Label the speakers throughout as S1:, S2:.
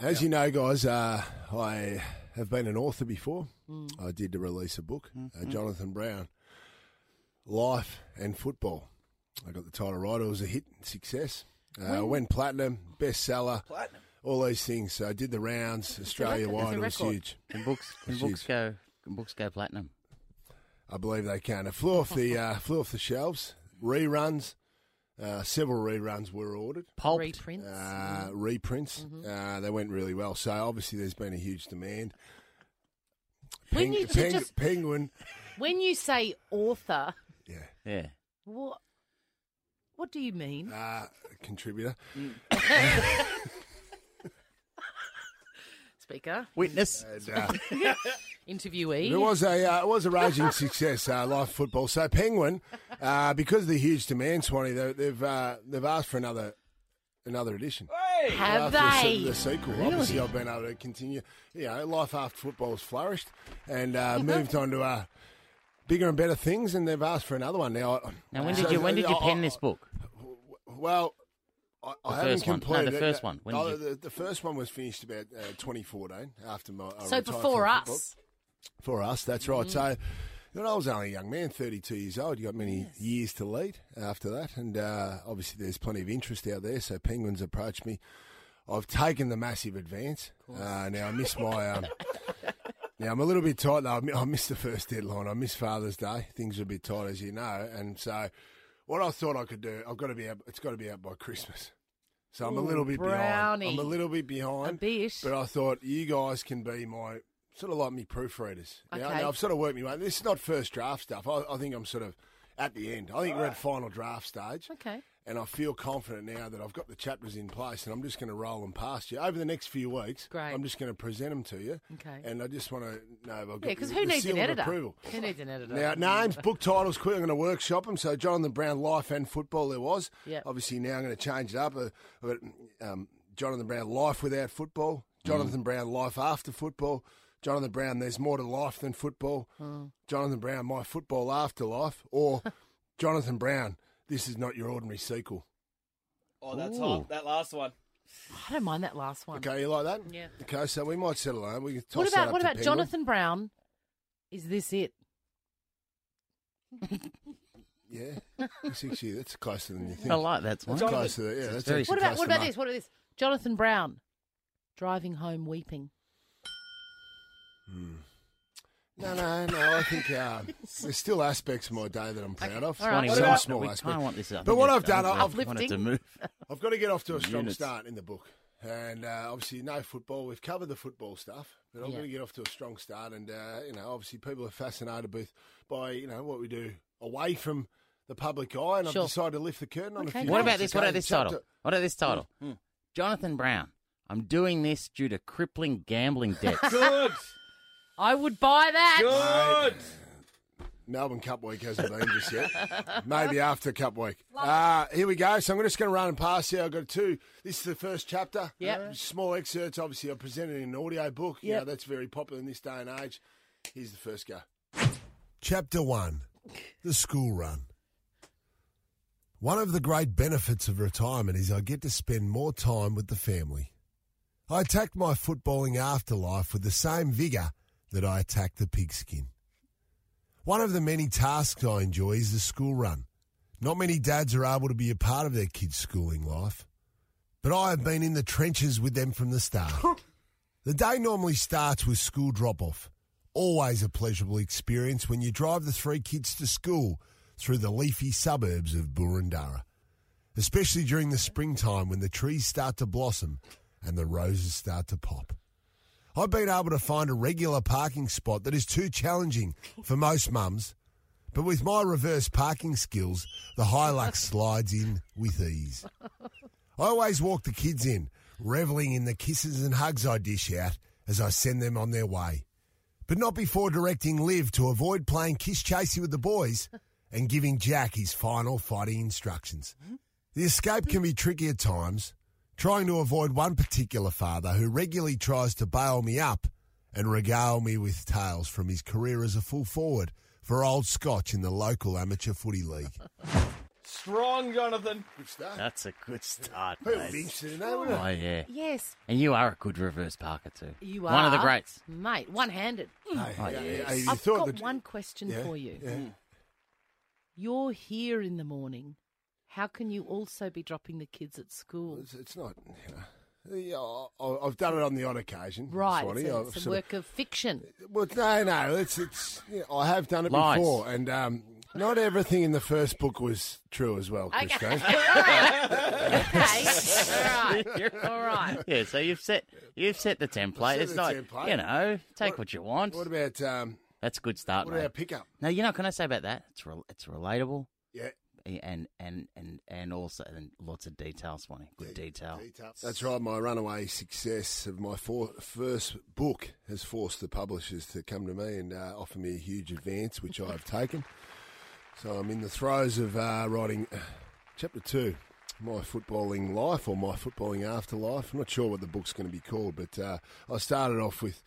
S1: As you know, guys, uh, I have been an author before.
S2: Mm.
S1: I did release a book, uh,
S2: Mm-hmm.
S1: Jonathan Brown, Life and Football. I got the title right. It was a hit success. Uh, went platinum, bestseller,
S3: Platinum.
S1: all these things. So I did the rounds Australia wide. It
S2: record.
S1: was
S2: That's a record.
S1: huge.
S4: Can books can
S1: Jeez.
S4: books go can books go platinum?
S1: I believe they can. It flew off the uh, flew off the shelves. Reruns, uh, several reruns were ordered.
S4: Pulped.
S2: reprints.
S1: uh,
S2: Mm-hmm.
S1: reprints. Uh, they went really well. So obviously, there's been a huge demand.
S2: When you should just-
S1: Penguin,
S2: when you say author,
S1: yeah,
S4: Yeah.
S2: what what do you mean?
S1: uh, contributor.
S2: Speaker,
S4: Witness.
S1: And, uh,
S2: interviewee.
S1: it was a uh, it was a raging success. Uh, life football. So Penguin, uh, because of the huge demand, Swanee, they, they've uh, they've asked for another another edition.
S3: Hey!
S2: Have
S1: after
S2: they?
S1: The, the sequel. Obviously, I've been able to continue. You know, life after football's flourished and uh, moved on to uh, bigger and better things, and they've asked for another one now. I-
S4: Now when
S1: so-
S4: did you when did you
S1: I-
S4: pen
S1: I-
S4: this book?
S1: Well, I, I
S4: The
S1: haven't
S4: first one. No,
S1: completed
S4: the
S1: it.
S4: first one. When
S1: Oh,
S4: did
S1: the, the first one was finished about uh, 2014 after my. I
S2: so
S1: retired from
S2: before
S1: football.
S2: us,
S1: For us, that's right.
S2: Mm.
S1: So, when I was only a young man, 32 years old, you got many years to lead after that. And uh, obviously, there's plenty of interest out there. So, Penguins approached me. I've taken the massive advance. Uh, now, I miss my. Um, now, I'm a little bit tight, though. I mi- I missed the first deadline. I missed Father's Day. Things were a bit tight, as you know. And so, what I thought I could do, I've got to be out, it's got to be out by Christmas. So, I'm a
S2: Ooh,
S1: little bit behind.
S2: brownie.
S1: I'm a little bit behind.
S2: a bit.
S1: But uh, I thought you guys can be my sort of like me proofreaders. You know?
S2: Okay.
S1: Now, I've sort of worked me way. This is not first draft stuff. I, I think I'm sort of at the end. I think we're at final draft stage.
S2: Okay.
S1: And I feel confident now that I've got the chapters in place and I'm just going to roll them past you. Over the next few weeks,
S2: Great.
S1: I'm just going to present them to you.
S2: Okay.
S1: And I just want to know if I've got
S2: Yeah, because
S1: the-
S2: who
S1: the
S2: needs
S1: seal
S2: an
S1: of
S2: editor?
S1: Approval.
S2: Who needs an editor?
S1: Now, names, book titles, quick. I'm going to workshop them. So, Jonathan Brown, Life and Football, there was.
S2: Yep.
S1: Obviously, now I'm going to change it up. Uh, but, um, Jonathan Brown, Life Without Football. Jonathan Brown, Life After Football. Jonathan Brown, There's More to Life Than Football.
S2: Mm.
S1: Jonathan Brown, My Football Afterlife. Or Jonathan Brown, This Is Not Your Ordinary Sequel.
S3: Oh, that's
S4: Ooh.
S3: hot. That last one.
S2: I don't mind that last one.
S1: Okay, you like that?
S2: Yeah.
S1: Okay, so we might settle on. it. We can toss
S2: What
S1: that
S2: about
S1: up
S2: what
S1: to
S2: about
S1: Penguin.
S2: Jonathan Brown? Is this it?
S1: Yeah, six years. That's closer than you think.
S4: I like that one.
S1: That's
S3: Jonathan-
S1: closer. Yeah, that's
S4: very
S1: actually
S2: What about
S1: closer
S2: what about
S1: than-
S2: this? What about this? Jonathan Brown, driving home weeping.
S1: No, no, no. I think uh, there's still aspects of my day that I'm proud of.
S2: all
S1: Some
S2: right.
S3: What about-
S1: small
S4: we
S1: aspects.
S4: kind of want this. I
S1: But
S4: think
S1: what
S4: it's-
S1: I've done,
S4: I
S1: I've-
S4: think wanted to move.
S1: I've got to get off to a strong
S4: Units.
S1: start in the book. And uh, obviously, no football. We've covered the football stuff, but I'm
S2: Yeah.
S1: going to get off to a strong start. And, uh, you know, obviously, people are fascinated with, by, you know, what we do away from the public eye. And
S2: Sure.
S1: I've decided to lift the curtain on
S2: Okay,
S1: a few
S2: great.
S4: What
S1: things,
S4: about this?
S1: okay?
S4: What
S1: Hmm.
S4: about this
S1: Chapter-
S4: title? What about this title? Jonathan Brown. I'm doing this due to crippling gambling debts.
S3: Good.
S2: I would buy that.
S3: Good.
S1: Melbourne Cup week hasn't been just yet. Maybe after Cup week. Uh, here we go. So I'm just going to run and pass here. I've got two. This is the first chapter. Uh,
S2: Yep.
S1: Small excerpts. Obviously, I presented in an audio book. Yeah.
S3: Yep.
S1: that's very popular in this day and age. Here's the first go. Chapter one The School Run. One of the great benefits of retirement is I get to spend more time with the family. I attacked my footballing afterlife with the same vigour that I attacked the pigskin. One of the many tasks I enjoy is the school run. Not many dads are able to be a part of their kids' schooling life, but I have been in the trenches with them from the start. the day normally starts with school drop off. Always a pleasurable experience when you drive the three kids to school through the leafy suburbs of Burundara, especially during the springtime when the trees start to blossom and the roses start to pop. I've been able to find a regular parking spot that is too challenging for most mums, but with my reverse parking skills, the Hilux slides in with ease. I always walk the kids in, reveling in the kisses and hugs I dish out as I send them on their way, but not before directing Liv to avoid playing kiss chasey with the boys and giving Jack his final fighting instructions. The escape can be tricky at times, trying to avoid one particular father who regularly tries to bail me up and regale me with tales from his career as a full forward for Old Scotch in the local amateur footy league.
S3: Strong, Jonathan.
S1: Good start.
S4: That's a good start,
S1: Who would be
S4: mate.
S1: interested in that, wouldn't
S4: Oh,
S1: it?
S4: yeah.
S2: Yes,
S4: And you are a good reverse parker, too.
S2: you are
S4: One of the greats.
S2: mate. One-handed.
S1: Hey,
S4: Oh,
S1: hey,
S4: yes.
S1: hey, you
S2: I've
S1: thought
S2: got
S1: that-
S2: one question
S1: Yeah,
S2: for you. Mm.
S1: yeah.
S2: You're here in the morning. How can you also be dropping the kids at school?
S1: It's, it's not. You know, yeah, I- I've done it on the odd occasion.
S2: Right,
S1: Swanee.
S2: it's a,
S1: I've
S2: it's a
S1: uh, sort of-
S2: work of fiction.
S1: Well, no, no, it's it's. Yeah, I have done it
S4: Lies.
S1: before, and um, not everything in the first book was true as well.
S2: Okay.
S1: Christo.
S2: Okay, all right, all right.
S4: Yeah, so you've set you've set the template.
S1: set
S4: it's
S1: the
S4: not
S1: template.
S4: you know, take what, you want.
S1: What about um,
S4: That's a good start,
S1: what
S4: mate.
S1: about pickup?
S4: No, you know, can I say about that? It's rel it's relatable
S1: Yeah,
S4: and and and and also and lots of detail, Swanee. Good detail.
S1: That's right. My runaway success of my four, first book has forced the publishers to come to me and uh, offer me a huge advance, which I have taken. So I'm in the throes of uh, writing uh, chapter two, my footballing life or my footballing afterlife. I'm not sure what the book's going to be called, but uh, I started off with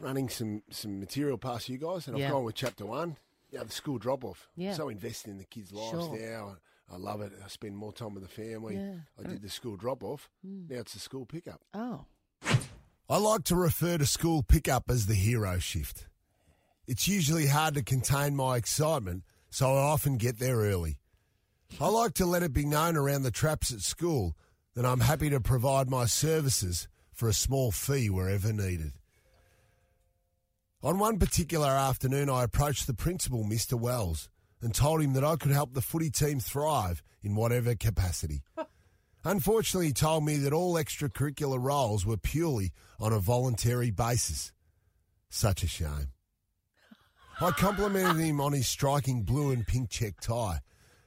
S1: running some some material past you guys, and
S2: Yeah.
S1: I've gone with chapter one. Yeah, the school drop off.
S2: Yeah.
S1: So invested in the kids' lives
S2: Sure.
S1: now. I love it. I spend more time with the family.
S2: Yeah.
S1: I did the school drop off. Now it's the school pickup.
S2: Oh,
S1: I like to refer to school pickup as the hero shift. It's usually hard to contain my excitement, so I often get there early. I like to let it be known around the traps at school that I'm happy to provide my services for a small fee wherever needed. On one particular afternoon, I approached the principal, Mr. Wells, and told him that I could help the footy team thrive in whatever capacity. Unfortunately, he told me that all extracurricular roles were purely on a voluntary basis. Such a shame. I complimented him on his striking blue and pink check tie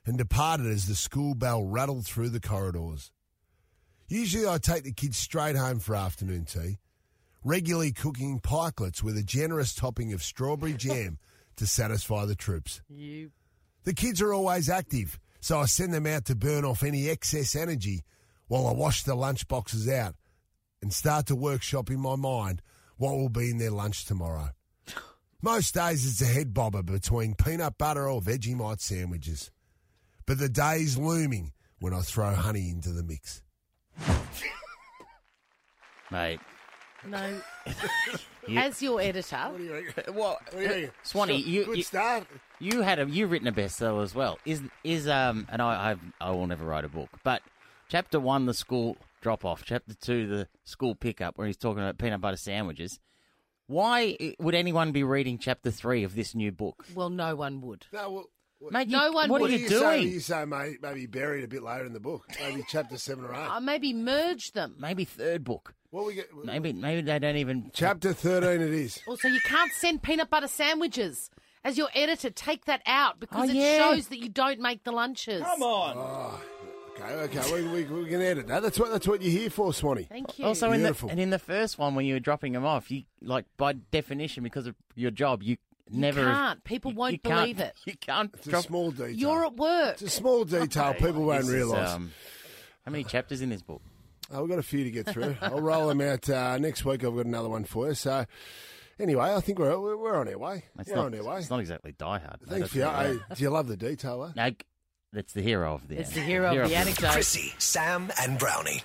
S1: and departed as the school bell rattled through the corridors. Usually, I take the kids straight home for afternoon tea, regularly cooking pikelets with a generous topping of strawberry jam to satisfy the troops.
S2: you
S1: The kids are always active, so I send them out to burn off any excess energy while I wash the lunch boxes out and start to workshop in my mind what will be in their lunch tomorrow. Most days it's a head bobber between peanut butter or Vegemite sandwiches. But the day's looming when I throw honey into the mix.
S4: Mate.
S2: no.
S4: You-
S2: As your editor,
S1: do you reckon?
S4: Well,
S1: do you reckon?
S4: Swanee, you, you
S1: start.
S4: you had a you written a bestseller as well. Is is um and I I've, I will never write a book, but chapter one the school drop off, chapter two the school pickup where he's talking about peanut butter sandwiches. Why i- would anyone be reading chapter three of this new book,
S2: well, no one would.
S1: No, well, what,
S4: mate? you-
S2: No one
S4: What
S2: would.
S4: are
S1: do
S4: you
S1: say-
S4: doing?
S1: you say may- maybe buried a bit later in the book, maybe chapter seven or
S2: Uh, maybe merge them.
S4: Maybe third book.
S1: What we get?
S4: Maybe maybe they don't even.
S1: Chapter 13 it is.
S2: Also, you can't send peanut butter sandwiches. As your editor, take that out because
S4: Oh,
S2: it
S4: yeah.
S2: shows that you don't make the lunches.
S3: Come on.
S1: Okay, okay, we, we, we can edit that. That's what that's what you're here for, Swanee.
S2: Thank you.
S4: Also, in the,
S1: Beautiful.
S4: and in the first one when you were dropping them off, you like by definition because of your job, you never
S2: can't. People won't
S4: can't-
S2: believe it.
S4: You can't
S1: It's a
S4: drop
S1: small detail.
S2: you're at work.
S1: it's a small detail. People won't
S4: This is,
S1: realise.
S4: um, how many chapters in this book?
S1: oh, we've got a few to get through. I'll roll them out uh, next week. I've got another one for you. So anyway, I think we're we're we're on our way.
S4: It's
S1: we're
S4: not,
S1: on our way.
S4: it's not exactly Die Hard. mate,
S1: eh? Thanks
S4: that's
S1: for your.
S4: all right.
S1: Hey, do you love the detail? Eh?
S4: No, that's the hero of the.
S2: It's the hero of the anecdote.
S5: Chrissy, Sam, and Brownie.